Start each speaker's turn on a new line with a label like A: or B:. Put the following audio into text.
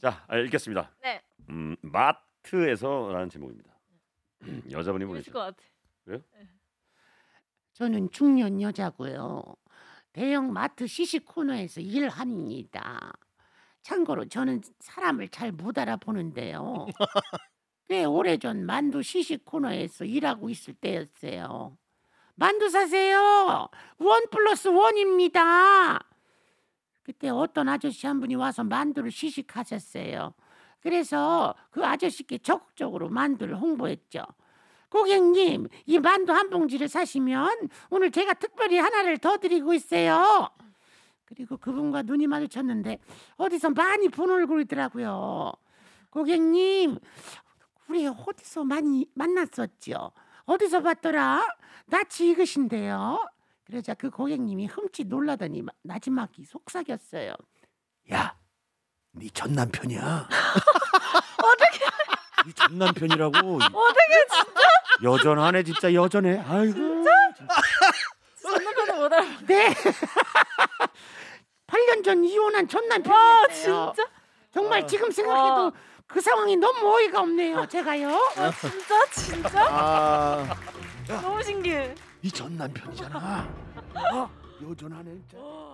A: 자, 아, 읽겠습니다.
B: 네.
A: 음, 마트에서라는 제목입니다. 여자분이
B: 재밌을
A: 보내주신.
B: 것 같아.
C: 저는 중년 여자고요. 대형 마트 시식 코너에서 일합니다. 참고로 저는 사람을 잘 못 알아보는데요. 꽤 오래전 만두 시식 코너에서 일하고 있을 때였어요. 만두 사세요. 원 플러스 원입니다. 그때 어떤 아저씨 한 분이 와서 만두를 시식하셨어요. 그래서 그 아저씨께 적극적으로 만두를 홍보했죠. 고객님, 이 만두 한 봉지를 사시면 오늘 제가 특별히 하나를 더 드리고 있어요. 그리고 그분과 눈이 마주쳤는데 어디서 많이 본 얼굴이더라고요. 고객님, 우리 어디서 많이 만났었죠? 어디서 봤더라? 나치 이것인데요. 그러자 그 고객님이 흠칫 놀라더니 마- 나지막이 속삭였어요.
D: 야, 네 전 남편이야. 어떻게? 네 전 남편이라고.
B: 어떻게
D: 여전하네 진짜 여전해. 아이고.
B: 전남편은 못 알아.
C: 네. 8년 전 이혼한 전
B: 와
C: 남편이었어요.
B: 아, 진짜
C: 정말 지금 생각해도
B: 와.
C: 그 상황이 너무 어이가 없네요. 제가요.
B: 아, 진짜 진짜
D: 아,
B: 너무 신기해.
D: 네 전 남편이잖아. 어? 여전하네 진짜.